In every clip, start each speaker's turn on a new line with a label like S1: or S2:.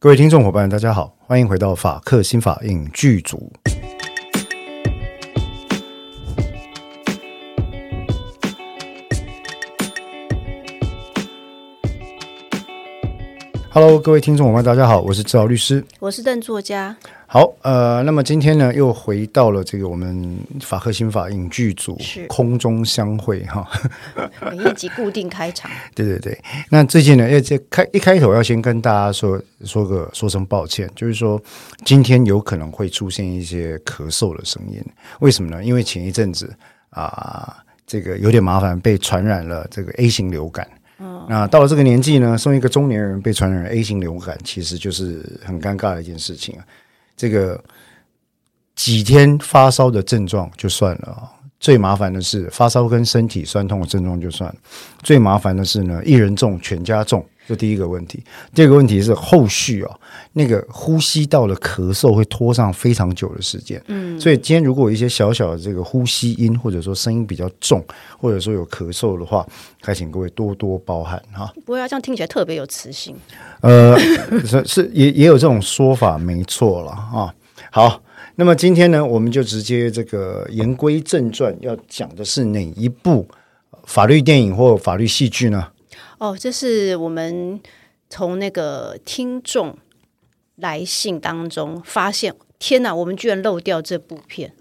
S1: 各位听众伙伴，大家好，欢迎回到法克新法影剧组。Hello，各位听众伙伴，大家好，我是志豪律师。
S2: 我是邓作家，
S1: 好，呃，那么今天呢，又回到了这个我们法克新法影剧组
S2: 是
S1: 空中相会哈。
S2: 每一集固定 开场，
S1: 对对对，那最近呢，要这开一开头要先跟大家说说个说声抱歉，就是说今天有可能会出现一些咳嗽的声音，为什么呢？因为前一阵子啊、这个有点麻烦，被传染了这个 A 型流感。那到了这个年纪呢，身为一个中年人被传染了 A 型流感，其实就是很尴尬的一件事情啊。这个几天发烧的症状就算了、啊，最麻烦的是发烧跟身体酸痛的症状就算了。最麻烦的是呢，一人中全家中，这第一个问题。第二个问题是后续哦，那个呼吸道的咳嗽会拖上非常久的时间。嗯，所以今天如果有一些小小的这个呼吸音，或者说声音比较重，或者说有咳嗽的话，还请各位多多包涵 哈。
S2: 不过要这样听起来特别有磁性。
S1: 呃，是是也也有这种说法，没错了啊。好，那么今天呢，我们就直接这个言归正传，要讲的是哪一部法律电影或法律戏剧呢？
S2: 哦，这是我们从那个听众来信当中发现，天哪，我们居然漏掉这部片。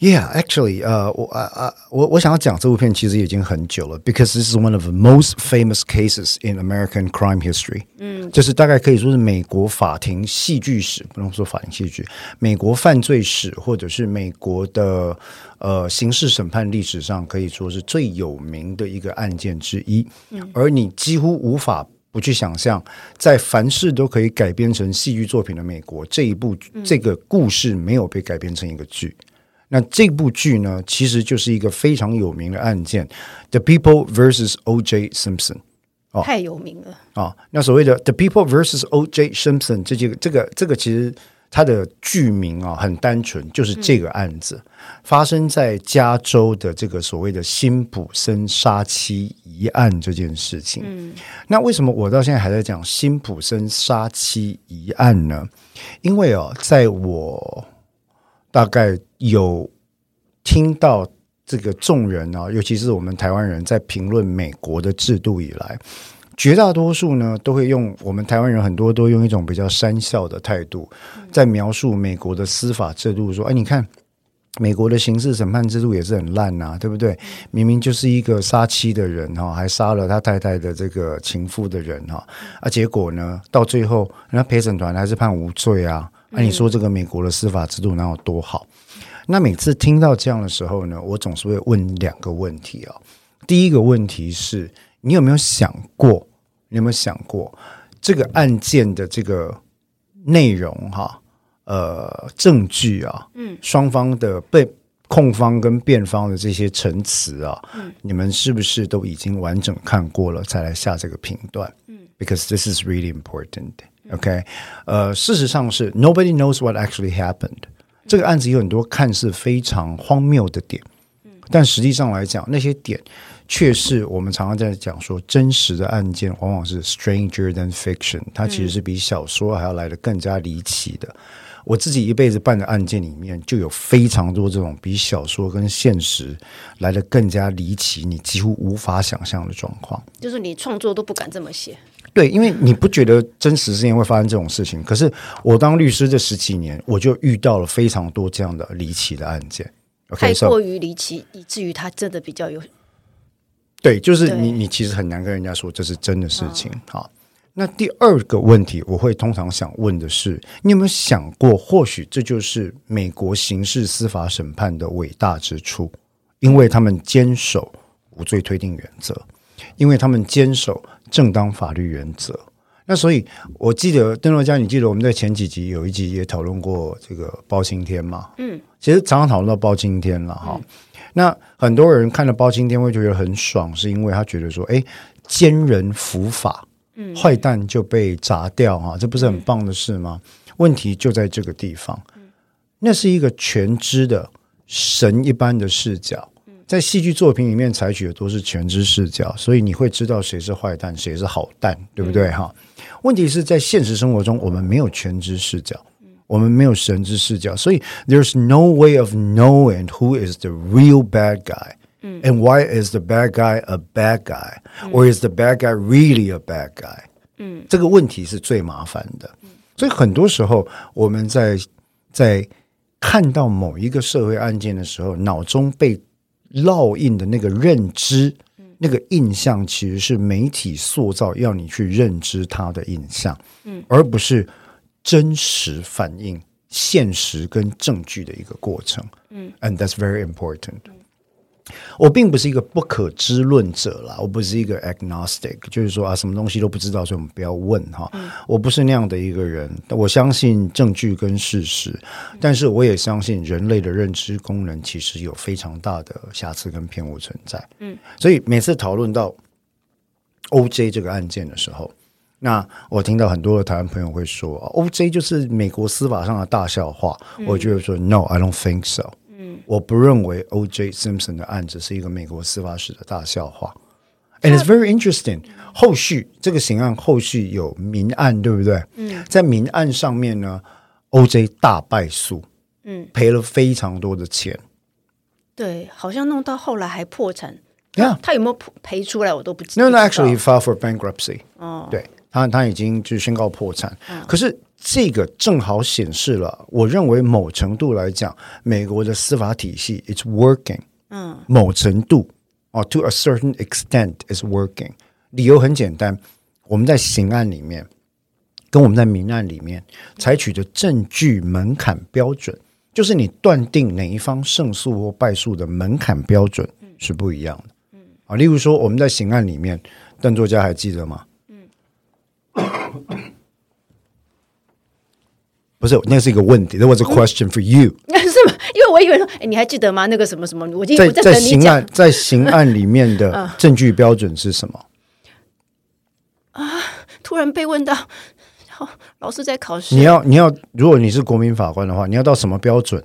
S1: Yeah, actually, uh, 呃，我啊啊，我我想要讲这部片其实已经很久了，because this is one of the most famous cases in American crime history。嗯，就是大概可以说是美国法庭戏剧史，不能说法庭戏剧，美国犯罪史或者是美国的呃刑事审判历史上可以说是最有名的一个案件之一。而你几乎无法不去想象，在凡事都可以改编成戏剧作品的美国，这一部、这个故事没有被改编成一个剧。那这部剧呢，其实就是一个非常有名的案件，《The People vs. O.J. Simpson》哦
S2: 太有名了，
S1: 啊。那所谓的《The People vs. O.J. Simpson》这几个这个这个其实它的剧名啊很单纯，就是这个案子、发生在加州的这个所谓的辛普森杀妻一案这件事情。那为什么我到现在还在讲辛普森杀妻一案呢？因为哦，在我大概有听到这个众人啊，尤其是我们台湾人在评论美国的制度以来，绝大多数呢都会用我们台湾人很多都用一种比较山笑的态度，在描述美国的司法制度，说：“哎，你看。”美国的刑事审判制度也是很烂呐、对不对？明明就是一个杀妻的人哈、还杀了他太太的这个情夫的人哈、啊，结果呢，到最后人家陪审团还是判无罪啊。那、你说这个美国的司法制度哪有多好？那每次听到这样的时候呢，我总是会问两个问题啊、第一个问题是你有没有想过？你有没有想过这个案件的这个内容哈、呃，证据啊，嗯，双方的被控方跟辩方的这些陈词啊，嗯，你们是不是都已经完整看过了，再来下这个评断？嗯，because 嗯 this is really important。OK，呃，事实上是 nobody knows what actually happened。这个案子有很多看似非常荒谬的点，但实际上来讲，那些点却是我们常常在讲说，真实的案件往往是 stranger than fiction，它其实是比小说还要来的更加离奇的。我自己一辈子办的案件里面，就有非常多这种比小说跟现实来的更加离奇，你几乎无法想象的状况。
S2: 就是你创作都不敢这么写。
S1: 对，因为你不觉得真实事件会发生这种事情，可是我当律师这十几年，我就遇到了非常多这样的离奇的案件。OK，
S2: 太
S1: so
S2: 过于离奇，以至于它真的比较有
S1: 对，就是
S2: 对
S1: 你，你其实很难跟人家说这是真的事情。好，那第二个问题，我会通常想问的是，你有没有想过，或许这就是美国刑事司法审判的伟大之处，因为他们坚守无罪推定原则，因为他们坚守正当法律原则。那所以，我记得邓若佳，你记得我们在前几集有一集也讨论过这个包青天嘛？嗯，其实常常讨论到包青天了哈。那很多人看了包青天会觉得很爽，是因为他觉得说，哎，奸人伏法，嗯，坏蛋就被砸掉啊，这不是很棒的事吗？问题就在这个地方，那是一个全知的神一般的视角，嗯，在戏剧作品里面采取的都是全知视角，所以你会知道谁是坏蛋，谁是好蛋，对不对？哈、问题是在现实生活中，我们没有全知视角，我们没有神之视角，所以 there's no way of knowing who is the real bad guy。And why is the bad guy a bad guy, or is the bad guy really a bad guy？嗯，这个问题是最麻烦的。所以很多时候我们在在看到某一个社会案件的时候，脑中被烙印的那个认知、那个印象，其实是媒体塑造要你去认知它的印象，嗯，而不是真实反映现实跟证据的一个过程。嗯，and that's very important。我并不是一个不可知论者啦，我不是一个 agnostic，就是说啊，什么东西都不知道，所以我们不要问哈。我不是那样的一个人，我相信证据跟事实，但是我也相信人类的认知功能其实有非常大的瑕疵跟偏误存在。嗯，所以每次讨论到 OJ 这个案件的时候，那我听到很多的台湾朋友会说啊，OJ 就是美国司法上的大笑话。我就会说，No，I don't think so。我不认为 O.J. Simpson 的案子是一个美国司法史的大笑话。And it's very interesting。后续这个刑案后续有民案，对不对？嗯，在民案上面呢，O.J. 大败诉，嗯，赔了非常多的钱。
S2: 对，好像弄到后来还破产。
S1: Yeah.
S2: 他有没有赔赔出来我都不知道。
S1: No, no, actually, he filed for bankruptcy. 哦，对他，他已经就宣告破产。可是这个正好显示了，我认为某程度来讲，美国的司法体系 it's working。嗯，某程度哦，to a certain extent is working。理由很简单，我们在刑案里面跟我们在民案里面采取的证据门槛标准，就是你断定哪一方胜诉或败诉的门槛标准是不一样的。啊，例如说我们在刑案里面，邓作家还记得吗？嗯， 不是，那是一个问题，that was a question for
S2: 嗯
S1: you。
S2: 是吗？因为我以为说，哎，你还记得吗？那个什么什么，我已经
S1: 在
S2: 我等
S1: 在
S2: 你
S1: 刑
S2: 讲嗯
S1: 案在刑案里面 的证据标准是什么？
S2: 突然被问到， 然后老师在考试
S1: 你，要你要，如果你是国民法官的话，你要到什么标准？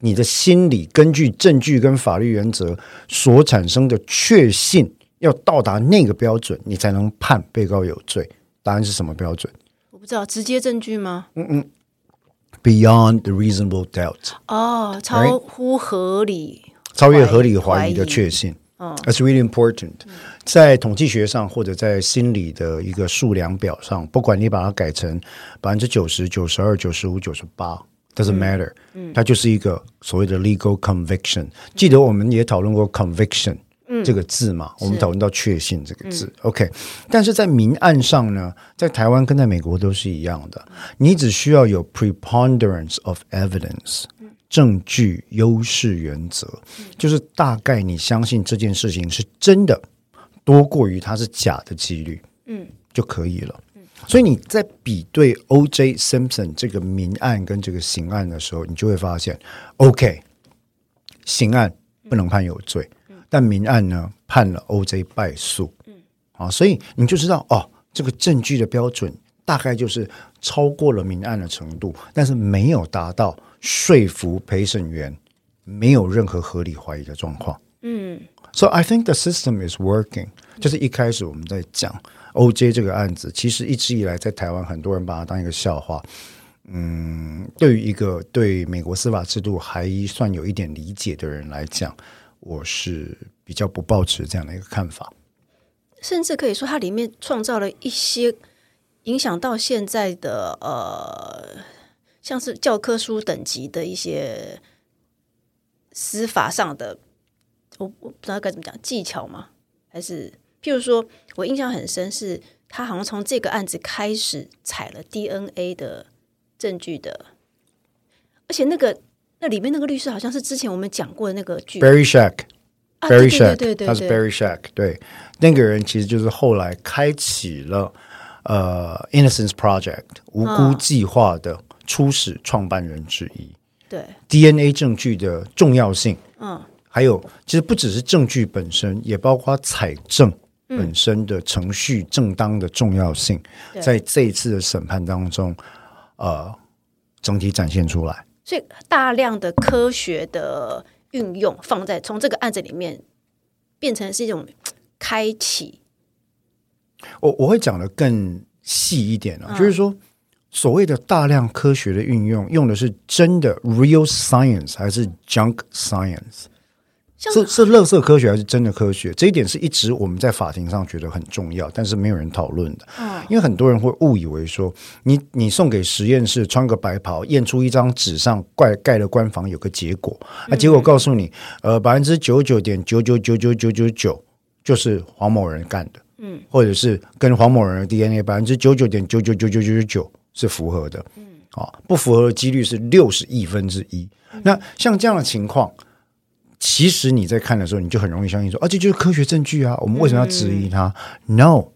S1: 你的心理根据证据跟法律原则所产生的确信，要到达那个标准，你才能判被告有罪。答案是什么标准
S2: 我不知道直接证据吗？
S1: ？Beyond the reasonable doubt。
S2: 哦，超乎合理，
S1: 超越合理怀疑的嗯确信。That's really important。在统计学上或者在心理的一个数量表上，不管你把它改成百分之九十、九十二、九十五、九十八，doesn't matter。它就是一个所谓的 legal conviction。记得我们也讨论过 conviction。这个字嘛，我们讨论到确信这个字、o k 但是在明案上呢，在台湾跟在美国都是一样的，你只需要有 preponderance of evidence，证据优势原则，就是大概你相信这件事情是真的，多过于它是假的几率，嗯，就可以了。所以你在比对 O.J. Simpson 这个民案跟这个刑案的时候，你就会发现，OK，刑案不能判有罪，但民案呢判了 O.J. 败诉，嗯，啊，所以你就知道哦，这个证据的标准大概就是超过了民案的程度，但是没有达到说服陪审员没有任何合理怀疑的状况。So I think the system is working。就是一开始我们在讲 OJ 这个案子，其实一直以来在台湾很多人把它当一个笑话。嗯，对于一个对美国司法制度还算有一点理解的人来讲，我是比较不抱持这样的一个看法。
S2: 甚至可以说它里面创造了一些影响到现在的呃，像是教科书等级的一些司法上的，我我不知道该怎么讲技巧吗？还是譬如说我印象很深是，他好像从这个案子开始采了 DNA 的证据的，而且那个那里面那个律师好像是之前我们讲过的那个剧
S1: Barry Shack。
S2: 啊
S1: Barry
S2: 对
S1: Shack，
S2: 对对对
S1: 他是
S2: 对
S1: Barry Shack，对，那个人其实就是后来开启了呃 Innocence Project 无辜计划的初始创办人之一。
S2: 对
S1: DNA 证据的重要性，嗯，还有其实不只是证据本身，也包括采证
S2: 嗯
S1: 本身的程序正当的重要性，在这一次的审判当中，呃，整体展现出来。
S2: 所以大量的科学的运用放在从这个案子里面变成是一种开启，
S1: 我我会讲的更细一点啊，就是说，所谓的大量科学的运用，用的是真的 real science 还是 junk science？
S2: 像
S1: 是是垃圾科学还是真的科学？这一点是一直我们在法庭上觉得很重要，但是没有人讨论的。因为很多人会误以为说，你你送给实验室穿个白袍，验出一张纸上盖盖了官房有个结果，那、结果告诉你，呃，百分之九十九点九九九九九九九就是黄某人干的，嗯，或者是跟黄某人的 DNA 百分之九九点九九九九九九九是符合的，嗯，哦，不符合的几率是六十亿分之一。那像这样的情况。其实你在看的时候，你就很容易相信说，啊，这就是科学证据啊，我们为什么要质疑它、n o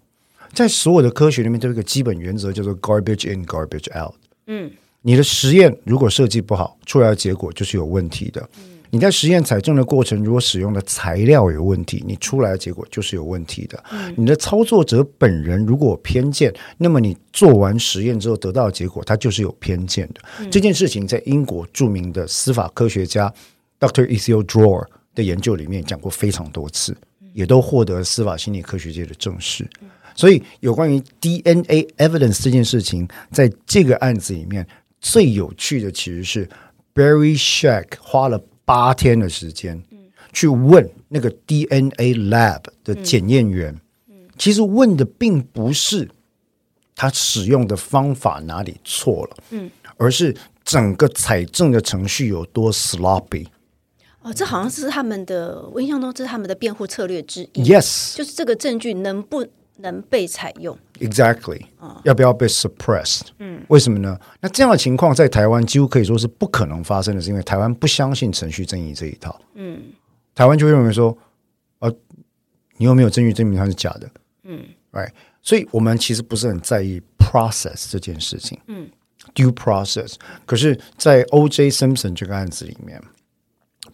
S1: 在所有的科学里面都有一个基本原则，叫做 garbage in, garbage out。
S2: 嗯，
S1: 你的实验如果设计不好，出来的结果就是有问题的。你在实验采证的过程，如果使用的材料有问题，你出来的结果就是有问题的。你的操作者本人如果有偏见，那么你做完实验之后得到的结果，它就是有偏见的。这件事情在英国著名的司法科学家 Dr. Ethiel Drawer 的研究里面讲过非常多次，也都获得司法心理科学界的证实。所以，有关于 DNA evidence 这件事情，在这个案子里面最有趣的其实是 Barry Shack 花了八天的时间，去问那个 DNA lab 的检验员，其实问的并不是他使用的方法哪里错了，嗯，而是整个采证的程序有多 sloppy。
S2: 哦，这好像是他们的，我印象中这是他们的辩护策略之一，
S1: Yes,
S2: 就是这个证据能不能被采用？
S1: Exactly，、要不要被 suppressed？嗯，为什么呢？那这样的情况在台湾几乎可以说是不可能发生的，是因为台湾不相信程序正义这一套。嗯，台湾就会认为说，呃，你有没有证据证明它是假的？嗯，right，所以我们其实不是很在意 process 这件事情。嗯，due process，可是，在 O.J. Simpson 这个案子里面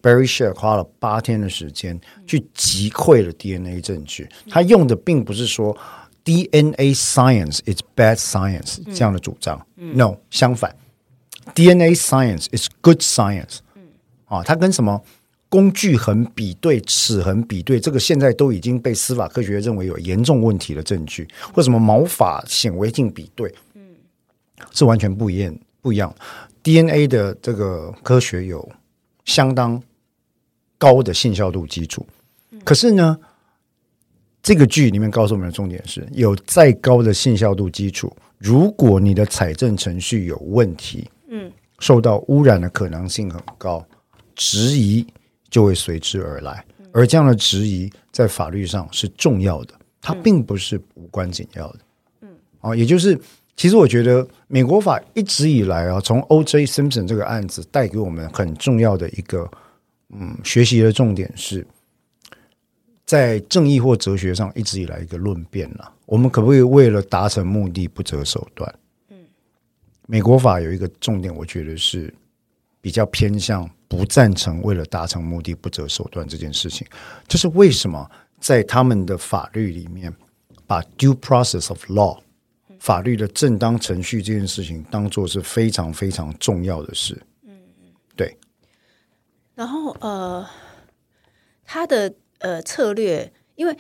S1: ，Barry Sher 花了八天的时间去击溃了 DNA 证据。他用的并不是说 DNA science is bad science 这样的主张、n o 相反，DNA science is good science。啊，它跟什么工具痕比对、齿痕比对，这个现在都已经被司法科学认为有严重问题的证据，或什么毛发显微镜比对，是完全不一样不一样。DNA 的这个科学有相当高的信效度基础，可是呢，这个剧里面告诉我们的重点是，有再高的信效度基础，如果你的采证程序有问题，嗯，受到污染的可能性很高，质疑就会随之而来，而这样的质疑在法律上是重要的，它并不是无关紧要的。啊，也就是其实我觉得美国法一直以来啊，从 O.J. Simpson 这个案子带给我们很重要的一个嗯学习的重点是，在正义或哲学上一直以来一个论辩了、我们可不可以为了达成目的不择手段？嗯，美国法有一个重点，我觉得是比较偏向不赞成为了达成目的不择手段这件事情。这是为什么在他们的法律里面把 due process of law 法律的正当程序这件事情当做是非常非常重要的事。对，
S2: 然后呃，他的呃策略，因为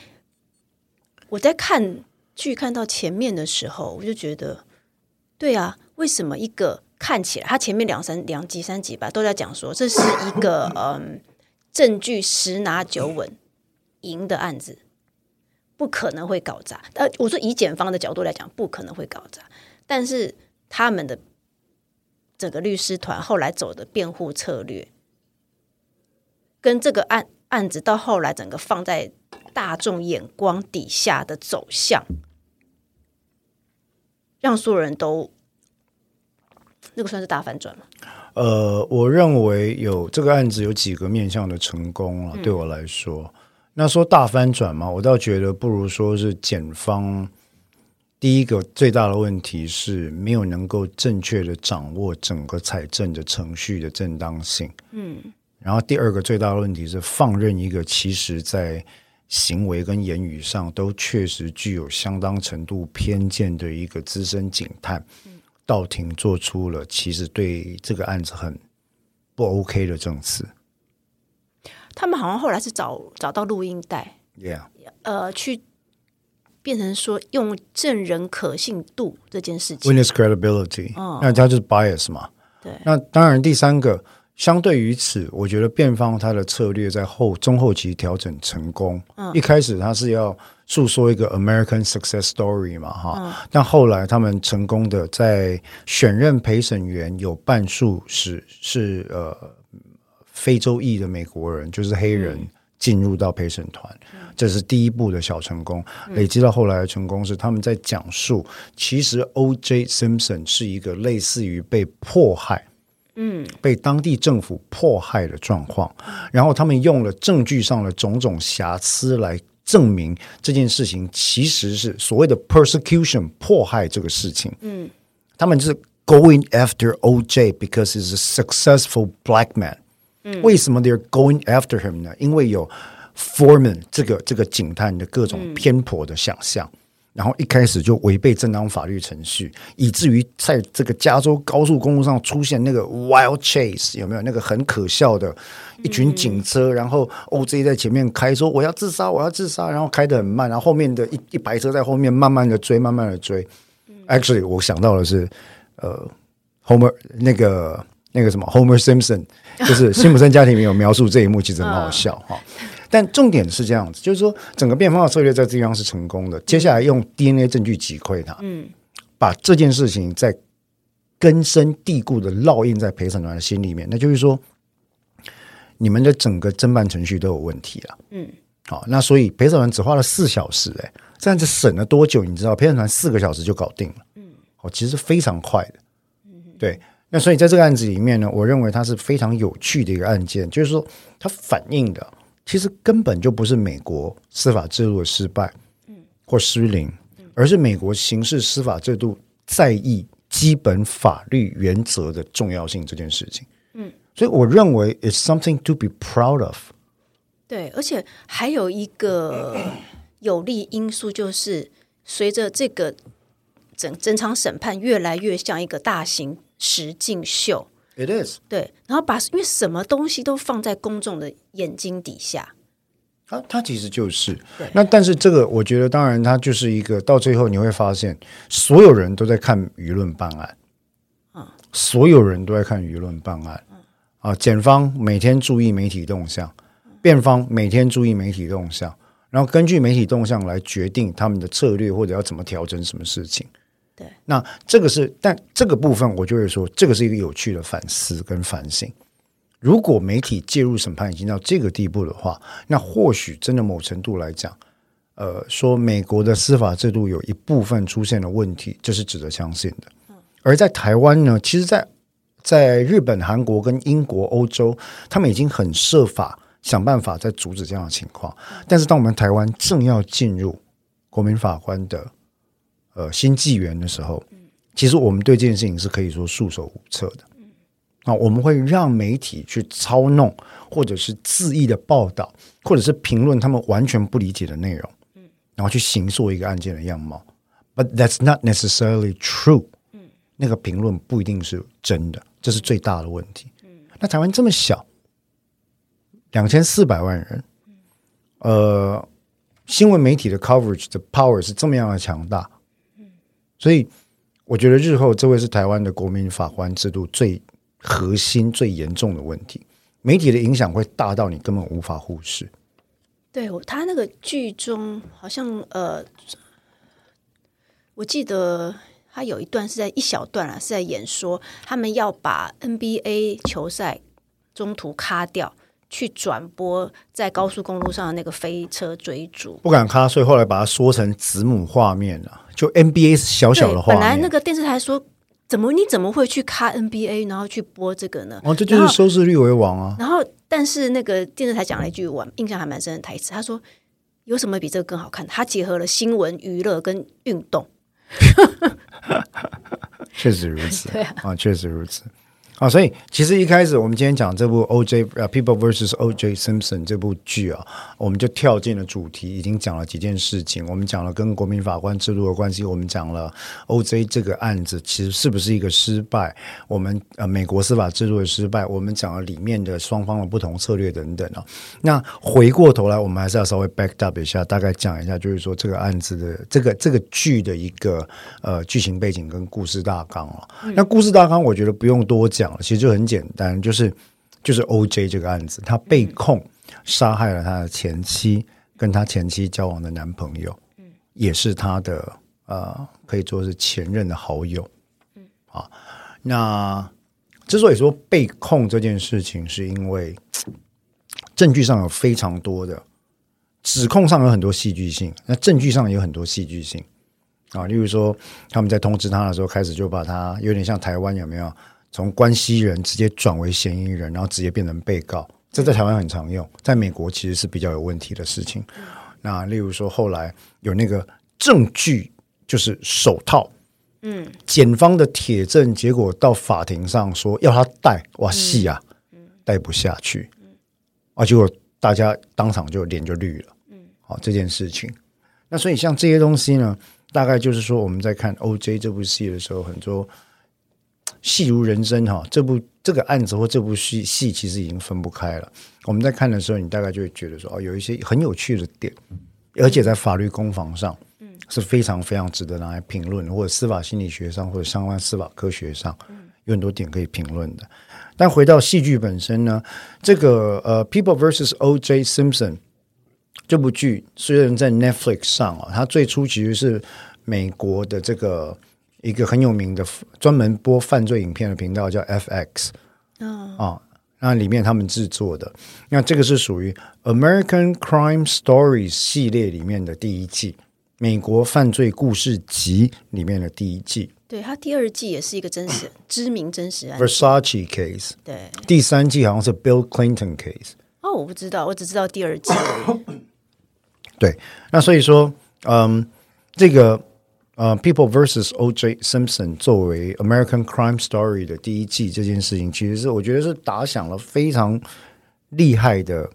S2: 我在看剧看到前面的时候，我就觉得，对啊，为什么一个看起来他前面两三两集三集吧都在讲说这是一个嗯证据十拿九稳赢的案子，不可能会搞砸。但我说以检方的角度来讲，不可能会搞砸，但是他们的。整个律师团后来走的辩护策略，跟这个案案子到后来整个放在大众眼光底下的走向，让所有人都那个算是大反转嘛？
S1: 呃，我认为有这个案子有几个面向的成功啊，对我来说，那说大翻转嘛，我倒觉得不如说是检方第一个最大的问题是没有能够正确的掌握整个财政的程序的正当性。然后第二个最大的问题是放任一个其实在行为跟言语上都确实具有相当程度偏见的一个资深警探，到庭做出了其实对这个案子很不 OK 的证词。
S2: 他们好像后来是找找到录音带，
S1: ，Yeah，
S2: 呃，去变成说用证人可信度这件事情。
S1: witness credibility，、那它就是 bias 嘛。
S2: 对
S1: 那当然第三个，相对于此，我觉得辩方他的策略在后中后期调整成功。一开始他是要诉说一个 American success story 嘛，哈，但后来他们成功的在选任陪审员有半数是是呃非洲裔的美国人，就是黑人。进入到陪审团，这是第一步的小成功。累积到后来的成功是，他们在讲述，其实 O.J. Simpson 是一个类似于被迫害，嗯，被当地政府迫害的状况。然后他们用了证据上的种种瑕疵来证明这件事情其实是所谓的 persecution 迫害这个事情。嗯，他们就是 going after O.J. because he's a successful black man。为什么 they're going after him 呢？因为有 Foreman 这个这个警探的各种偏颇的想象，然后一开始就违背正当法律程序，以至于在这个加州高速公路上出现那个 wild chase，有没有那个很可笑的一群警车，然后 OJ 在前面开说我要自杀，我要自杀，然后开得很慢，然后后面的一一排车在后面慢慢的追，慢慢的追。Actually，我想到的是，呃，Homer 那个那个什么 Homer Simpson，就是辛普森家庭里面有描述这一幕，其实很好笑哈。但重点是这样子，就是说整个辩方的策略在这地方是成功的，接下来用 DNA 证据击溃他，嗯，把这件事情在根深蒂固的烙印在陪审团的心里面，那就是说，你们的整个侦办程序都有问题了，嗯，好，那所以陪审团只花了四小时、欸，哎，这样子审了多久？你知道，陪审团四个小时就搞定了，嗯，哦，其实非常快的，对。那所以在这个案子里面呢，我认为它是非常有趣的一个案件，就是说它反映的其实根本就不是美国司法制度的失败，或失灵，而是美国刑事司法制度在意基本法律原则的重要性这件事情。嗯，所以我认为 it's something to be proud of。
S2: 对，而且还有一个有利因素就是，随着这个整整场审判越来越像一个大型实境秀，
S1: It is
S2: 对，然后把因为什么东西都放在公众的眼睛底下，
S1: 它它其实就是那，但是这个我觉得，当然它就是一个到最后你会发现，所有人都在看舆论办案，所有人都在看舆论办案，啊，检方每天注意媒体动向，辩方每天注意媒体动向，然后根据媒体动向来决定他们的策略或者要怎么调整什么事情。
S2: 对，
S1: 那这个是，但这个部分我就会说，这个是一个有趣的反思跟反省。如果媒体介入审判已经到这个地步的话，那或许真的某程度来讲，呃，说美国的司法制度有一部分出现了问题，这是值得相信的。而在台湾呢，其实在，在日本、韩国跟英国、欧洲，他们已经很设法想办法在阻止这样的情况。但是，当我们台湾正要进入国民法官的呃新纪元的时候，其实我们对这件事情是可以说束手无策的。啊，我们会让媒体去操弄，或者是恣意的报道，或者是评论他们完全不理解的内容，然后去形塑一个案件的样貌。But that's not necessarily true。那个评论不一定是真的，这是最大的问题。那台湾这么小，两千四百万人，呃，新闻媒体的 coverage 的 power 是这么样的强大，所以我觉得日后这会是台湾的国民法官制度最核心、最严重的问题。媒体的影响会大到你根本无法忽视。
S2: 对我他那个剧中好像呃，我记得他有一段是在一小段啊，是在演说他们要把 NBA 球赛中途卡掉，去转播在高速公路上的那个飞车追逐。
S1: 不敢咖，所以后来把它缩成子母画面了、就 NBA 是小小的
S2: 对，
S1: 画
S2: 本来
S1: 面。
S2: 那个电视台说，怎么你怎么会去卡 NBA，然后去播这个呢？
S1: 哦，这就是收视率为王啊！
S2: 然后，但是那个电视台讲了一句我印象还蛮深的台词，他说：“有什么比这个更好看？”他结合了新闻、娱乐跟运动。
S1: 确实如此，啊确实如此。啊，所以其实一开始我们今天讲这部 O.J. 呃 People vs O.J. Simpson 这部剧啊，我们就跳进了主题，已经讲了几件事情。我们讲了跟国民法官制度的关系，我们讲了 O.J. 这个案子其实是不是一个失败，我们呃美国司法制度的失败，我们讲了里面的双方的不同策略等等啊。那回过头来，我们还是要稍微 back up 一下，大概讲一下，就是说这个案子的这个这个剧的一个呃剧情背景跟故事大纲了、那故事大纲我觉得不用多讲了，其实就很简单，就是就是 O.J. 这个案子，他被控杀害了他的前妻，跟他前妻交往的男朋友，也是他的呃可以说是前任的好友，啊，那。之所以说被控这件事情，是因为证据上有非常多的指控上有很多戏剧性，那证据上也有很多戏剧性啊。例如说，他们在通知他的时候，开始就把他有点像台湾有没有从关系人直接转为嫌疑人，然后直接变成被告，这在台湾很常用，在美国其实是比较有问题的事情。那例如说，后来有那个证据就是手套，嗯，检方的铁证，结果到法庭上说要他戴，哇，戏啊，戴不下去，啊，结果大家当场就脸就绿了。嗯，好、这件事情。那所以像这些东西呢，大概就是说我们在看《O.J.》这部戏的时候，很多戏如人生哈、这部这个案子或这部戏戏其实已经分不开了。我们在看的时候，你大概就会觉得说，哦，有一些很有趣的点，而且在法律攻防上，嗯，是非常非常值得拿来评论，或者司法心理学上或者相关司法科学上，有很多点可以评论的。但回到戏剧本身呢，这个呃《People vs. O.J. Simpson》这部剧虽然在 Netflix 上啊，它最初其实是美国的这个一个很有名的专门播犯罪影片的频道叫 FX，啊、那里面他们制作的，那这个是属于 American Crime Stories 系列里面的第一季，美国犯罪故事集里面的第一季
S2: 对他第二季也是一个真实知名真实案，
S1: Versace Case，
S2: 对
S1: 第三季好像是 Bill Clinton Case。
S2: 哦，我不知道，我只知道第二季，
S1: 对，那所以说，嗯，这个呃，People vs. O.J. Simpson 作为 American Crime Story 的第一季这件事情，其实是我觉得是打响了非常厉害的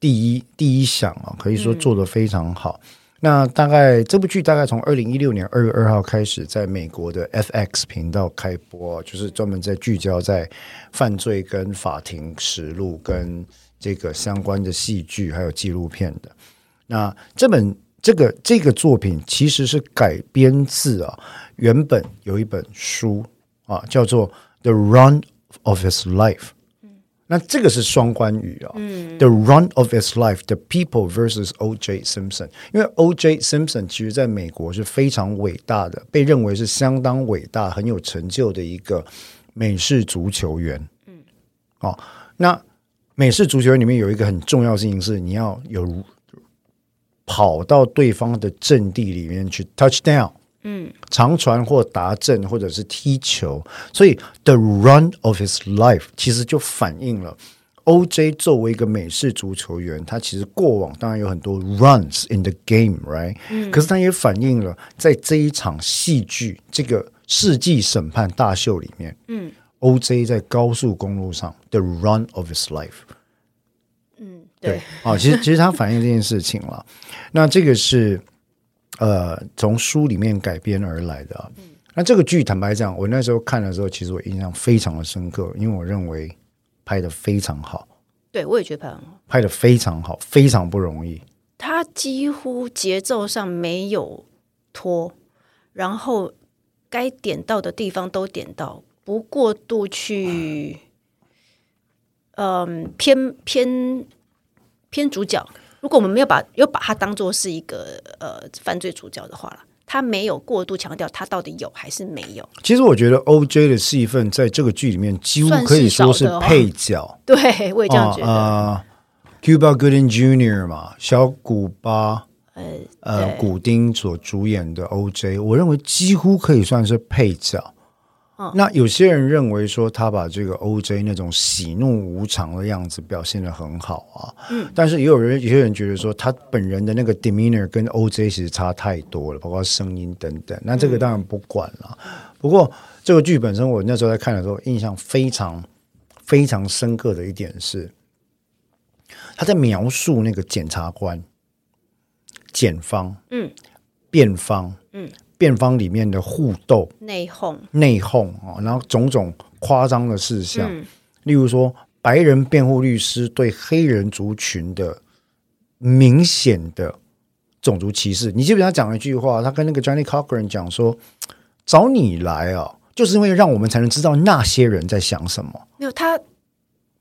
S1: 第一第一响啊，可以说做得非常好。那大概这部剧大概从二零一六年二月二号开始，在美国的 FX 频道开播，就是专门在聚焦在犯罪跟法庭实录跟这个相关的戏剧还有纪录片的。那这本这个这个作品其实是改编自啊，原本有一本书啊，叫做《The Run of His Life》。那这个是双关语啊、t h e Run of His Life》The People vs O.J. Simpson，因为 O.J. Simpson 其实在美国是非常伟大的，被认为是相当伟大、很有成就的一个美式足球员。嗯，哦，那美式足球员里面有一个很重要的事情是，你要有跑到对方的阵地里面去 touchdown，嗯，长传或达阵或者是踢球，所以 the run of his life 其实就反映了 OJ 作为一个美式足球员，他其实过往当然有很多 runs in the game，right？、可是他也反映了在这一场戏剧这个世纪审判大秀里面，嗯，OJ 在高速公路上 the run of his life。
S2: 嗯，
S1: 对
S2: 对，
S1: 哦，其实其实它反映这件事情了。那这个是呃从书里面改编而来的啊、
S2: 嗯
S1: 那这个剧坦白讲，我那时候看的时候，其实我印象非常的深刻，因为我认为拍的非常好，
S2: 对我也觉得很好。
S1: 拍的非常好，非常不容易。
S2: 他几乎节奏上没有拖，然后该点到的地方都点到，不过度去，嗯，偏偏偏主角。如果我们没有把又把它当做是一个呃犯罪主角的话啦，他没有过度强调他到底有还是没有。
S1: 其实我觉得 O.J. 的戏份在这个剧里面几乎
S2: 算是
S1: 可以说是
S2: 少的哦
S1: 配角，
S2: 对我也这样觉得。
S1: 啊、呃 Cuba Gooding Jr. 嘛，小古巴，呃，古丁所主演的 O.J.，我认为几乎可以算是配角。
S2: 嗯
S1: 那有些人认为说他把这个 O.J. 那种喜怒无常的样子表现得很好啊，嗯，但是也有人有些人觉得说他本人的那个
S2: 嗯
S1: demeanor 跟 O.J. 其实差太多了，包括声音等等。那这个当然不管了。不过这个剧本身，我那时候在看的时候，印象非常非常深刻的一点是，他在描述那个检察官、检方、
S2: 嗯，
S1: 辩方、嗯，辩方里面的互斗、
S2: 内讧，
S1: 内讧啊，哦然后种种夸张的事项，
S2: 嗯
S1: 例如说白人辩护律师对黑人族群的明显的种族歧视。你记不记得他讲了一句话？他跟那个 Johnny Cochran 讲说：“找你来啊，就是因为让我们才能知道那些人在想什么。
S2: 没有他，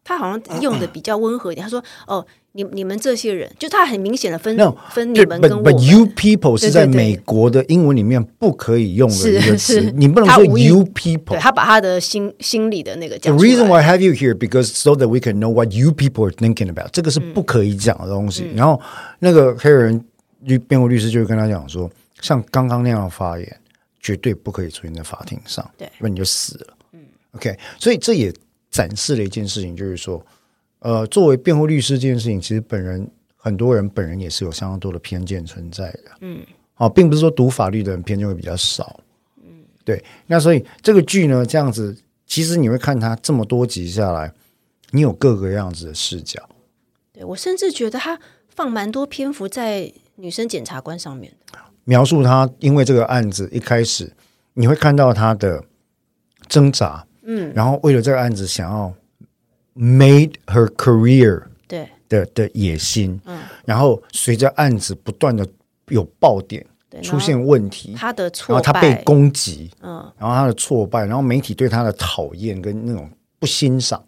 S2: 他好像用的比较温和一点。他说：“哦，你你们这些人，就他很明显的分
S1: 啊 No，
S2: 分你
S1: 对
S2: 们跟我
S1: ，but
S2: 们
S1: but you people 是在
S2: 对对对
S1: 美国的英文里面不可以用的一个
S2: 是
S1: 词
S2: 是，
S1: 你不能
S2: 他
S1: 说
S2: 无意
S1: you
S2: 对
S1: people。
S2: 他把他的心心里的那个
S1: The
S2: 讲出
S1: reason
S2: 来。
S1: why I have you here because so that we can know what you people are thinking about，这个是不可以讲的东
S2: 嗯
S1: 西。然后那个黑人律辩护律师就会跟他讲说，像刚刚那样的发言绝对不可以出现在法庭上，
S2: 对嗯
S1: 不然你就死了。OK，所以这也展示了一件事情，就是说，呃，作为辩护律师这件事情，其实本人很多人本人也是有相当多的偏见存在的。嗯，哦，并不是说读法律的人偏见会比较少。嗯，对。那所以这个剧呢，这样子，其实你会看它这么多集下来，你有各个样子的视角。
S2: 对我甚至觉得他放蛮多篇幅在女生检察官上面的。
S1: 描述他因为这个案子一开始，你会看到他的挣扎，嗯，然后为了这个案子想要 made her career
S2: 对
S1: 的的野心，嗯，然后随着案子不断的有爆点
S2: 对，
S1: 出现问题，
S2: 他的
S1: 然
S2: 挫
S1: 后
S2: 败，
S1: 他被攻击，
S2: 嗯，
S1: 然后他的挫败，然后媒体对他的讨厌跟那种不欣赏，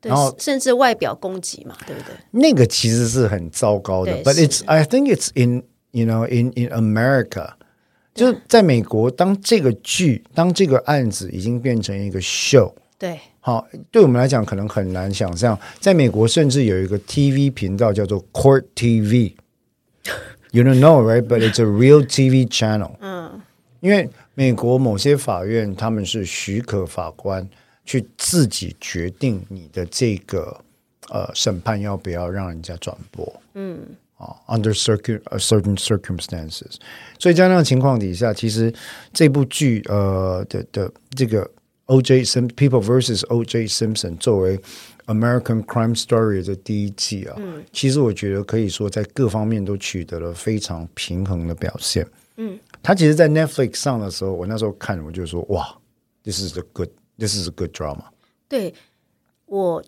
S2: 对
S1: 然后，
S2: 甚至外表攻击嘛，对不对？
S1: 那个其实是很糟糕的。
S2: 对
S1: But
S2: 是
S1: it's I think it's in you know in in America，就是在美国，当这个剧当这个案子已经变成一个 show，
S2: 对，
S1: 好，对我们来讲可能很难想象，在美国甚至有一个 TV 频道叫做 Court TV。You don't know, right? But it's a real TV channel.
S2: 嗯，
S1: 因为美国某些法院他们是许可法官去自己决定你的这个呃审判要不要让人家转播，嗯，啊，under circu uh, certain circumstances，所以在那样的情况底下，其实这部剧呃的的这个 O.J. Sim People vs. O.J. Simpson 作为 American Crime Story 的第一季啊，其实我觉得可以说在各方面都取得了非常平衡的表现。他其实，在 Netflix 上的时候，我那时候看，我就说哇，this is a good this is a good drama。
S2: 对我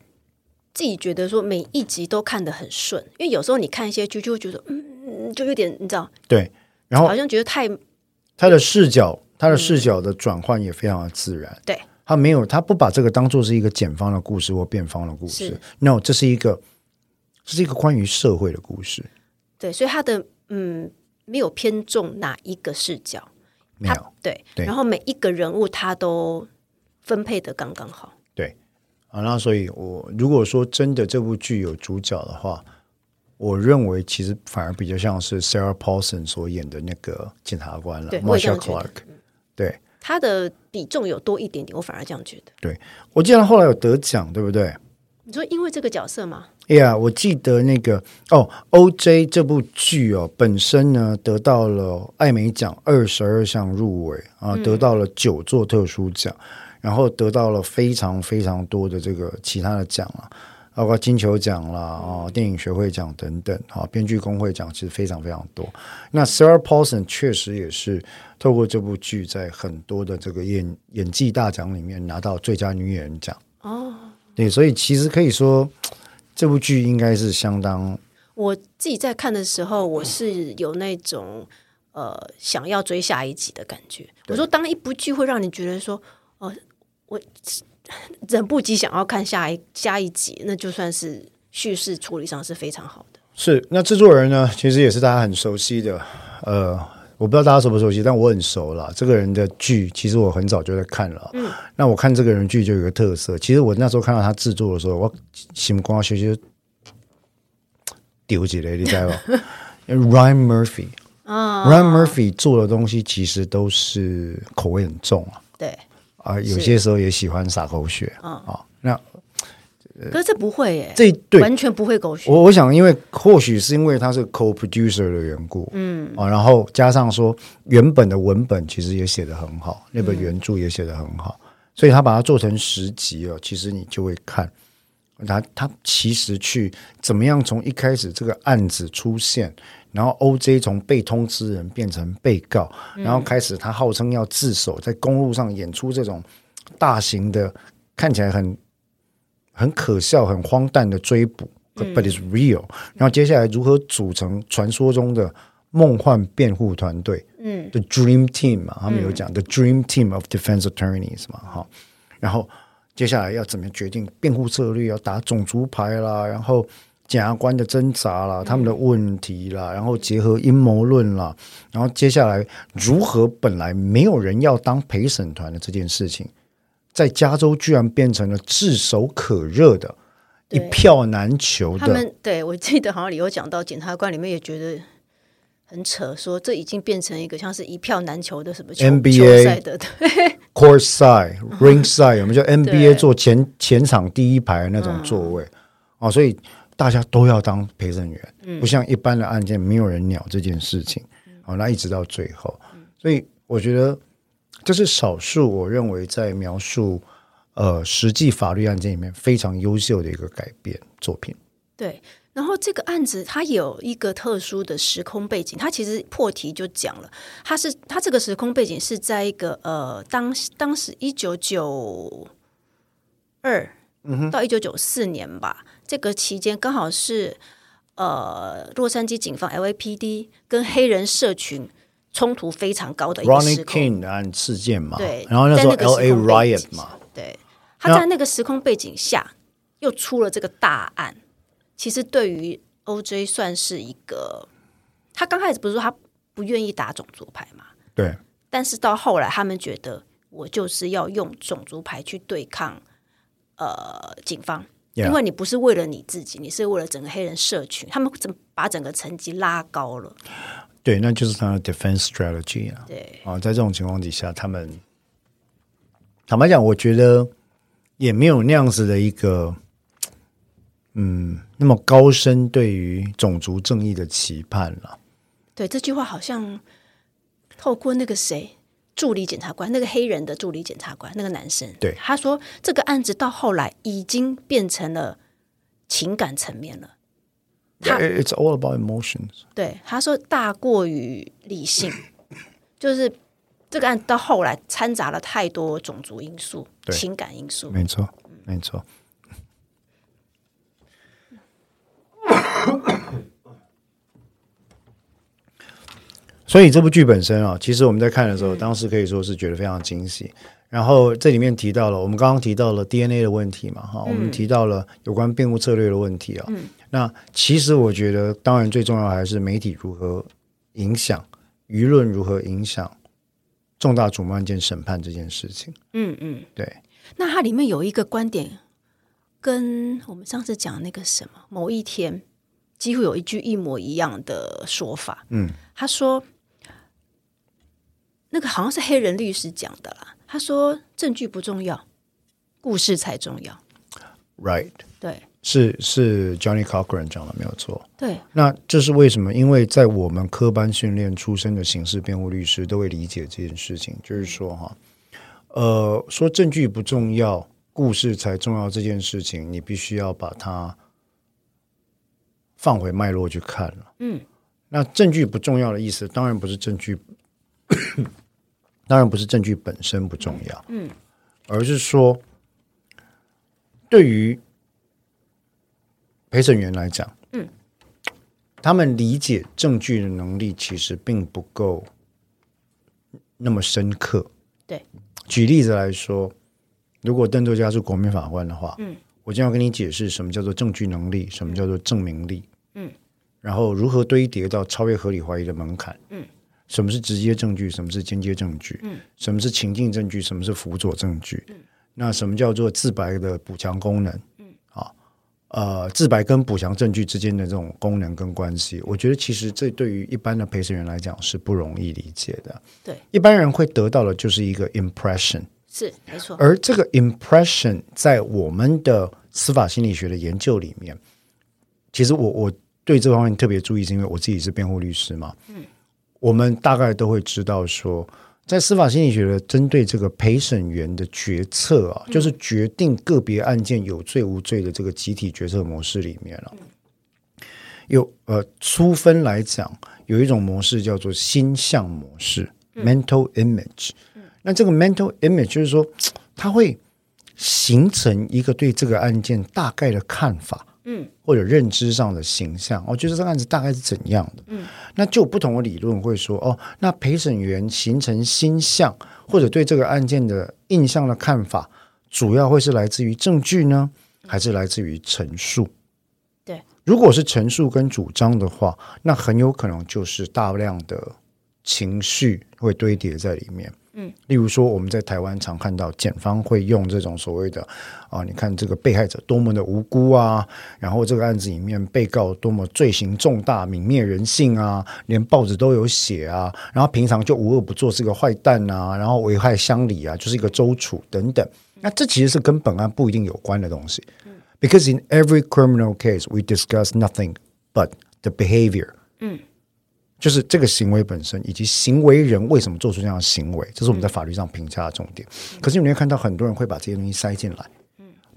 S2: 自己觉得说每一集都看得很顺，因为有时候你看一些剧就会觉得，嗯，嗯就有点你知道，
S1: 对，然后
S2: 好像觉得太
S1: 他的视角，他的视角的转换也非常的自然。
S2: 嗯对
S1: 他没有，他不把这个当做是一个检方的故事或辩方的故事
S2: 是。
S1: No，这是一个，这是一个关于社会的故事。
S2: 对，所以他的嗯没有偏重哪一个视角，
S1: 没
S2: 他
S1: 有，
S2: 对，
S1: 对
S2: 然后每一个人物他都分配的刚刚好。
S1: 对啊，那所以我如果说真的这部剧有主角的话，我认为其实反而比较像是 Sarah Paulson 所演的那个检察官了
S2: 对我也这
S1: ，Marsha
S2: 样觉得
S1: Clark。对，
S2: 他的比重有多一点点，我反而这样觉得。
S1: 对，我记得后来有得奖，对不对
S2: 你说因为这个角色嘛，
S1: ？Yeah，我记得那个哦，《O.J.》这部剧哦，本身呢得到了艾美奖二十二项入围啊，得到了九座特殊奖，然后得到了非常非常多的这个其他的奖啊，包括金球奖啦、哦电影学会奖等等，啊、编剧工会奖其实非常非常多。那 Sarah Paulson 确实也是透过这部剧，在很多的这个演演技大奖里面拿到最佳女演员奖。
S2: 哦，
S1: 对，所以其实可以说，这部剧应该是相当
S2: 我自己在看的时候，我是有那种呃想要追下一集的感觉。我说，当一部剧会让你觉得说，哦、我 忍不及想要看下一下一集，那就算是叙事处理上是非常好的。
S1: 是。那制作人呢，其实也是大家很熟悉的，呃，我不知道大家熟不熟悉，但我很熟了。这个人的剧，其实我很早就在看了。嗯，那我看这个人的剧就有一个特色，其实我那时候看到他制作的时候，我心光学习丢起来，你知道吗？Ryan Murphy
S2: 啊、
S1: Ryan Murphy 做的东西其实都是口味很重啊。
S2: 对，
S1: 啊，有些时候也喜欢撒狗血啊、那
S2: 可是这不会耶，
S1: 这对哦
S2: 完全不会狗血。
S1: 我我想，因为或许是因为他是 co-producer 的缘故，嗯，啊，然后加上说原本的文本其实也写得很好，那本原著也写得很好，所以他把它做成十集哦，其实你就会看，他他其实去怎么样从一开始这个案子出现，然后 O.J. 从被通知人变成被告，然后开始他号称要自首，在公路上演出这种大型的看起来很很可笑、很荒诞的追捕，but it's real。然后接下来如何组成传说中的梦幻辩护团队？嗯，the dream team 嘛，他们有讲、the dream team of defense attorneys 嘛，哈。然后接下来要怎么决定辩护策略？要打种族牌啦，然后检察官的挣扎啦，他们的问题啦，然后结合阴谋论啦，然后接下来如何本来没有人要当陪审团的这件事情，在加州居然变成了炙手可热的。一票难求
S2: 他
S1: 的，
S2: 们对我记得好像里有讲到，检察官里面也觉得很扯，说这已经变成一个像是一票难求的什么球
S1: NBA
S2: 球赛的，对
S1: court side、ring side，我们叫 NBA
S2: 嗯对
S1: 坐前前场第一排那种座位、
S2: 嗯
S1: 哦，所以大家都要当陪审员，
S2: 嗯
S1: 不像一般的案件没有人鸟这件事情，哦，那一直到最后，
S2: 嗯
S1: 所以我觉得这是少数我认为在描述呃实际法律案件里面非常优秀的一个改编作品。
S2: 对。然后这个案子它有一个特殊的时空背景，它其实破题就讲了，它是它这个时空背景是在一个呃当当时一九九二到一九九四年吧，这个期间刚好是呃洛杉矶警方 LAPD 跟黑人社群冲突非常高的一个
S1: Ronnie
S2: 时空。
S1: King 的案事件嘛，
S2: 对，
S1: 啊然后那时候
S2: 在个时
S1: L.A.
S2: 空背景
S1: riot
S2: 下
S1: 嘛，，
S2: 对，他在那个时空背景下又出了这个大案，其实对于 OJ 算是一个，他刚开始不是说他不愿意打种族牌嘛，
S1: 对，
S2: 但是到后来他们觉得我就是要用种族牌去对抗呃警方。
S1: Yeah
S2: 因为你不是为了你自己，你是为了整个黑人社群，他们整把整个层级拉高了。
S1: 对，那就是他的 defense strategy 啊。
S2: 对，
S1: 啊，在这种情况底下，他们坦白讲，我觉得也没有那样子的一个，嗯，那么高深对于种族正义的期盼了。
S2: 对，这句话好像透过那个谁助理检察官，那个黑人的助理检察官，那个男生，
S1: 对
S2: 他说这个案子到后来已经变成了情感层面了。他
S1: It's all about emotions。
S2: 对，他说大过于理性，就是这个案子到后来掺杂了太多种族因素、
S1: 对
S2: 情感因素。
S1: 没错，没错。 所以这部剧本身啊，其实我们在看的时
S2: 嗯
S1: 候，当时可以说是觉得非常惊喜。然后这里面提到了，我们刚刚提到了 DNA 的问题嘛，哈、
S2: 嗯
S1: 我们提到了有关辩护策略的问题啊。那其实我觉得，当然最重要还是媒体如何影响舆论，如何影响重大瞩目案件审判这件事情。
S2: 嗯嗯，
S1: 对，
S2: 那它里面有一个观点，跟我们上次讲那个什么某一天，几乎有一句一模一样的说法。嗯，他说那个好像是黑人律师讲的啦。他说证据不重要，故事才重要。
S1: Right，
S2: 对
S1: 是是 Johnny Cochran 讲的没有错。
S2: 对，
S1: 那这是为什么？因为在我们科班训练出身的刑事辩护律师都会理解这件事情，就是说哈，呃，说证据不重要，故事才重要这件事情，你必须要把它放回脉络去看了。嗯，那证据不重要的意思，当然不是证据， 当然不是证据本身不重要，嗯，而是说对于陪审员来讲。他们理解证据的能力其实并不够那么深刻。
S2: 对，
S1: 举例子来说，如果邓作家是国民法官的话，嗯，我就要跟你解释什么叫做证据能力，什么叫做证明力，嗯，然后如何堆叠到超越合理怀疑的门槛，嗯，什么是直接证据，什么是间接证据，嗯，什么是情境证据，什么是辅佐证据，嗯，那什么叫做自白的补强功能，呃自白跟补强证据之间的这种功能跟关系，我觉得其实这对于一般的陪审员来讲是不容易理解的。
S2: 对，
S1: 一般人会得到的就是一个 impression，
S2: 是没错。
S1: 而这个 impression 在我们的司法心理学的研究里面，其实我我对这方面特别注意，是因为我自己是辩护律师嘛。嗯，我们大概都会知道说，在司法心理学的针对这个陪审员的决策
S2: 嗯
S1: 啊，就是决定个别案件有罪无罪的这个集体决策模式里面了、有呃，粗分来讲，有一种模式叫做心象模式
S2: 嗯
S1: （mental image）。那这个 mental image 就是说，它会形成一个对这个案件大概的看法，嗯，或者认知上的形象。哦，就是这个案子大概是怎样的，嗯，那就有不同的理论会说，哦，那陪审员形成心象或者对这个案件的印象的看法，主要会是来自于证据呢，还是来自于陈述？
S2: 对，
S1: 如果是陈述跟主张的话，那很有可能就是大量的情绪会堆叠在里面。嗯，例如说我们在台湾常看到检方会用这种所谓的啊，你看这个被害者多么的无辜啊，然后这个案子里面被告多么罪行重大、泯灭人性啊，连报纸都有写啊，然后平常就无恶不作是个坏蛋啊，然后危害乡里啊，就是一个州处等等。那这其实是跟本案啊不一定有关的东西。Because in every criminal case, we discuss nothing but the behavior. 就是这个行为本身，以及行为人为什么做出这样的行为，这是我们在法律上评价的重点。可是你会看到很多人会把这些东西塞进来，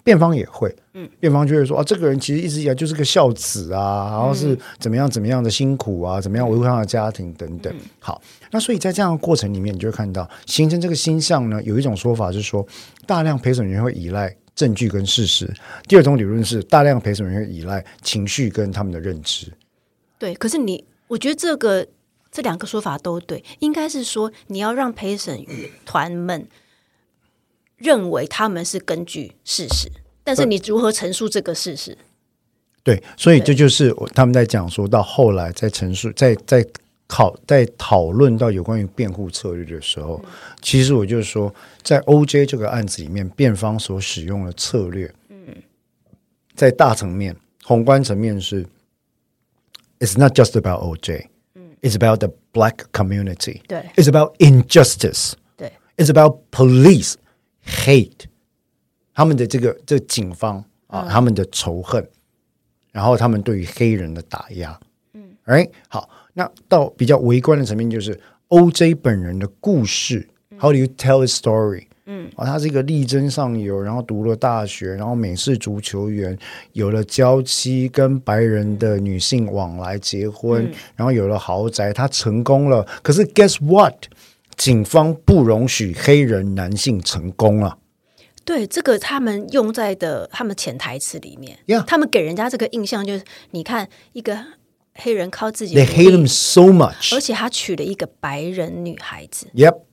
S1: 辩方也会，辩方就会说啊，这个人其实一直以来就是个孝子啊，然后是怎么样怎么样的辛苦啊，怎么样维护他的家庭等等。好，那所以在这样的过程里面，你就会看到形成这个倾向呢，有一种说法是说，大量陪审员会依赖。证据跟事实。第二种理论是，大量陪审员会依赖情绪跟他们的认知。
S2: 对，可是你，我觉得这个这两个说法都对，应该是说你要让陪审团们认为他们是根据事实，但是你如何陈述这个事实？
S1: 对，所以这就是我他们在讲说到后来在陈述在在考在讨论到有关于辩护策略的时候，其实我就是说，在 OJ 这个案子里面，辩方所使用的策略，嗯，在大层面、宏观层面是，It's not just about OJ，嗯，It's about the black community，
S2: 对
S1: ，It's about injustice，
S2: 对
S1: It's about police hate，他们的这个这警方啊，他们的仇恨，然后他们对于黑人的打压，嗯，哎，好，那到比较微观的层面，就是 O.J. 本人的故事、h o w do you tell his story？嗯，啊，他是一个力争上游，然后读了大学，然后美式足球员，有了娇妻，跟白人的女性往来结婚，然后有了豪宅，他成功了。可是 guess what？警方不容许黑人男性成功了。
S2: 对，这个他们用在的他们潜台词里面
S1: Yeah
S2: 他们给人家这个印象就是，你看一个黑人靠自己
S1: They
S2: 的
S1: hate him so
S2: 而
S1: much.
S2: 且他娶了一个白人女孩子，
S1: Yep.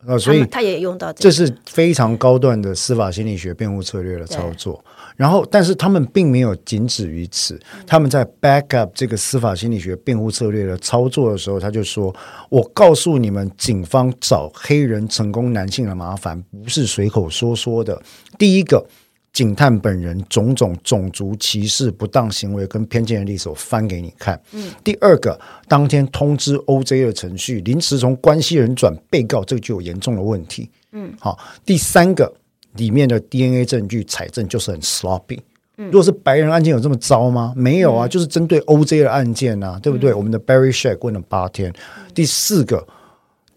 S1: 啊，
S2: 他
S1: 所以
S2: 们他也用到
S1: 这
S2: 这个，
S1: 是非常高段的司法心理学辩护策略的操作。然后，但是他们并没有仅止于此，他们在 back up 这个司法心理学辩护策略的操作的时候，他就说：“我告诉你们，警方找黑人成功男性的麻烦不是随口说说的。第一个，警探本人种种种族歧视、不当行为跟偏见的例子，我翻给你看。嗯，第二个，当天通知 OJ 的程序临时从关系人转被告，这个就有严重的问题。嗯，好，第三个里面的 DNA 证据采证就是很 sloppy。如果是白人案件有这么糟吗？没有啊，就是针对 OJ 的案件啊，对不对？我们的 Barry Shack 问了八天。第四个，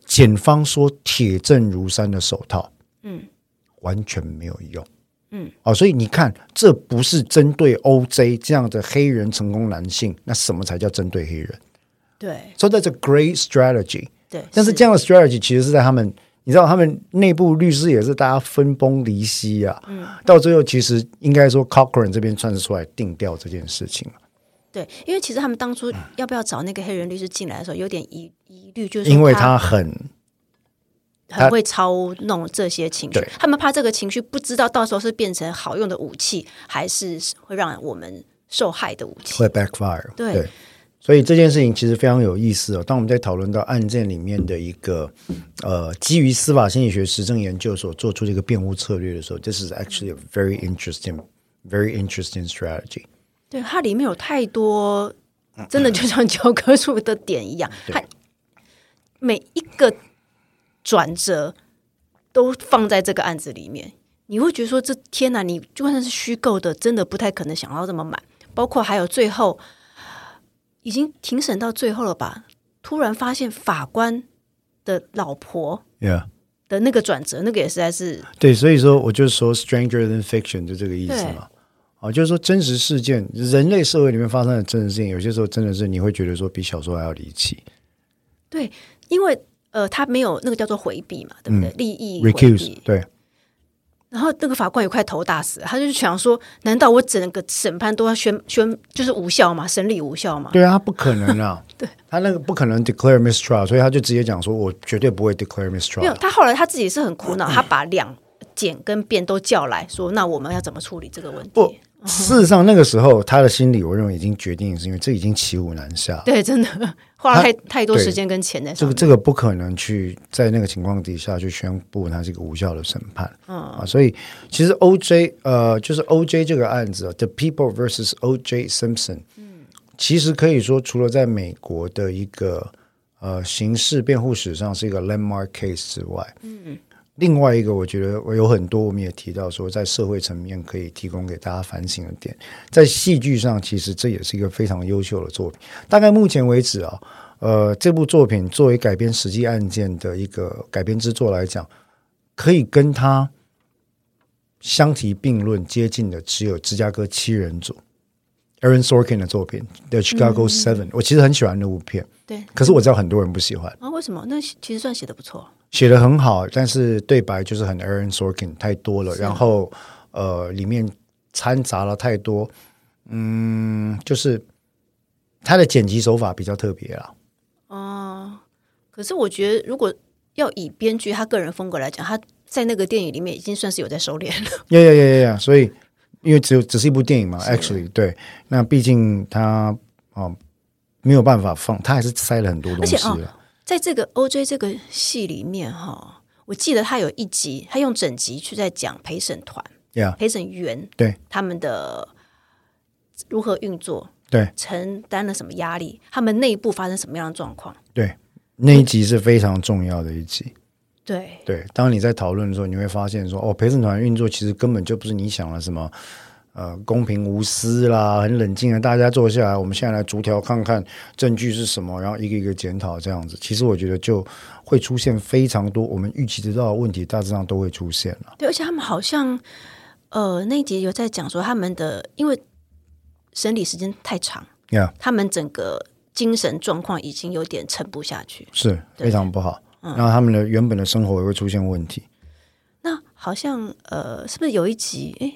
S1: 检方说铁证如山的手套，嗯，完全没有用。哦，所以你看，这不是针对 OJ 这样的黑人成功男性，那什么才叫针对黑人
S2: 对
S1: ？So that's a great strategy。
S2: 对，
S1: 但是这样的 strategy 其实是在他们，你知道，他们内部律师也是大家分崩离析啊。嗯，到最后其实应该说 Cochran 这边算是出来定调这件事情啊了，
S2: 对，因为其实他们当
S1: 嗯
S2: 初要不要找那个黑人律师进来的时候，有点疑疑虑，就是说
S1: 因为他很
S2: 很会操弄这些情绪
S1: 对，
S2: 他们怕这个情绪不知道到时候是变成好用的武器，还是会让我们受害的武器。
S1: 会 backfire
S2: 对
S1: 所以这件事情其实非常有意思哦。当我们在讨论到案件里面的一个呃，基于司法心理学实证研究所做出这个辩护策略的时候，this is actually a very interesting, very interesting strategy。
S2: 对，它里面有太多，真的就像教科书的点一样，它每一个转折都放在这个案子里面。你会觉得说这天哪，你就算是虚构的，真的不太可能想到这么满。包括还有最后已经庭审到最后了吧，突然发现法官的老婆
S1: Yeah，
S2: 的那个转折，那个也实在是
S1: 对，所以说我就说 stranger than fiction 就这个意思嘛。啊，就是说真实事件，人类社会里面发生的真实事件，有些时候真的是你会觉得说比小说还要离奇。
S2: 对，因为呃，他没有那个叫做回避嘛，对不对？利益回
S1: recuse
S2: 避。
S1: 对，
S2: 然后那个法官也快头大死了，他就是想说，难道我整个审判都要宣宣就是无效吗？审理无效吗？
S1: 对啊，他不可能 啊，对他那个不可能 declare mistrial，所以他就直接讲说，我绝对不会 declare
S2: 没有，
S1: mistrial。
S2: 他后来他自己是很 苦恼，他把两检跟辩都叫来说，那我们要怎么处理这个问
S1: 不
S2: 题？，
S1: 事实上那个时候他的心理，我认为已经决定，是因为这已经骑虎难下了。
S2: 对，真的花了
S1: 他
S2: 太太多
S1: 对
S2: 时间跟钱在
S1: 这
S2: 上
S1: 个
S2: 面。
S1: 这个不可能去在那个情况底下去宣布它是一个无效的审判，啊，所以其实 O.J. 呃，就是 O.J. 这个案子啊，The People versus O.J. Simpson，嗯，其实可以说除了在美国的一个呃刑事辩护史上是一个 landmark case 之外，嗯，另外一个我觉得我有很多我们也提到说，在社会层面可以提供给大家反省的点，在戏剧上其实这也是一个非常优秀的作品。大概目前为止啊，呃，这部作品作为改编实际案件的一个改编之作来讲，可以跟它相提并论、接近的只有《芝加哥七人组》Aaron Sorkin 的作品《The Chicago Seven》。我其实很喜欢那部片，
S2: 对
S1: 可是我知道很多人不喜欢，
S2: 啊，为什么？那其实算写的不错。
S1: 写的很好，但是对白就是很 Aaron Sorkin 太多了，然后呃，里面掺杂了太多，嗯，就是他的剪辑手法比较特别啦。
S2: 啊可是我觉得，如果要以编剧他个人风格来讲，他在那个电影里面已经算是有在收敛了。
S1: 呀呀呀呀呀！所以因为只有只是一部电影嘛，actually 对，那毕竟它哦没有办法放，它还是塞了很多东西
S2: 而且哦
S1: 了。
S2: 在这个 O.J. 这个戏里面，哈，我记得他有一集，他用整集去在讲陪审团、
S1: 呀、
S2: 陪审员
S1: 对
S2: 他们的如何运作，
S1: 对
S2: 承担了什么压力，他们内部发生什么样的状况。
S1: 对，那一集是非常重要的一集。
S2: 对，
S1: 对，当你在讨论的时候，你会发现说，哦，陪审团运作其实根本就不是你想的什么，呃，公平无私啦，很冷静的，啊大家坐下来，我们现在来逐条看看证据是什么，然后一个一个检讨这样子。其实我觉得就会出现非常多我们预期得到的问题，大致上都会出现了。
S2: 对，而且他们好像，呃，那一集有在讲说他们的，因为审理时间太长，
S1: Yeah。
S2: 他们整个精神状况已经有点撑不下去。
S1: 是非常不好。然后他们的原本的生活也会出现问题。
S2: 那好像呃，是不是有一集？诶，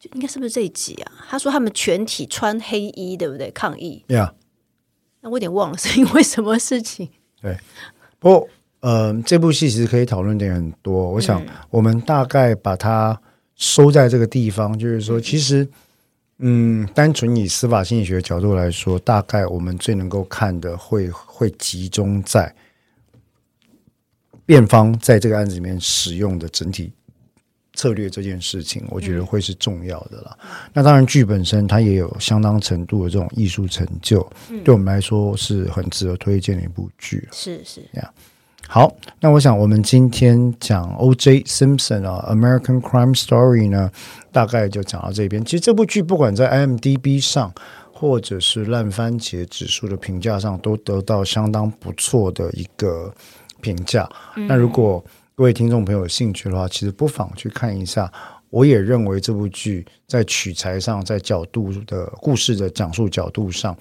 S2: 就应该是不是这一集啊？他说他们全体穿黑衣，对不对？抗议。
S1: Yeah，
S2: 那我有点忘了是因为什么事情。
S1: 不过呃，这部戏其实可以讨论点很多。我想我们大概把它收在这个地方，就是说，其实嗯，单纯以司法心理学角度来说，大概我们最能够看的会会集中在辩方在这个案子里面使用的整体策略这件事情，我觉得会是重要的啦。那当然，剧本身它也有相当程度的这种艺术成就，对我们来说是很值得推荐的一部剧。
S2: 是是，
S1: 好，那我想我们今天讲 O.J. Simpson 啊，《American Crime Story》呢，大概就讲到这边。其实这部剧不管在 IMDB 上，或者是烂番茄指数的评价上，都得到相当不错的一个评价。那如果各位听众朋友有兴趣的话，其实不妨去看一下。我也认为这部剧在取材上，在角度的故事的讲述角度上，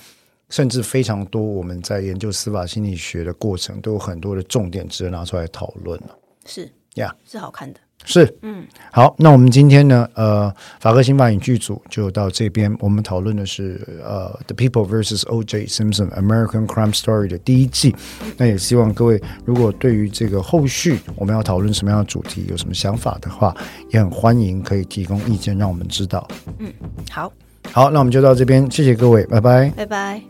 S1: 甚至非常多我们在研究司法心理学的过程，都有很多的重点值得拿出来讨论了。
S2: 是
S1: Yeah
S2: 是好看的。
S1: 是，嗯，好，那我们今天呢，呃，法科刑法影剧组就到这边，我们讨论的是呃《The People vs. O.J. Simpson: American Crime Story》的第一季。那也希望各位如果对于这个后续我们要讨论什么样的主题有什么想法的话，也很欢迎可以提供意见让我们知道。
S2: 好，
S1: 好，那我们就到这边，谢谢各位，拜拜。
S2: 拜拜。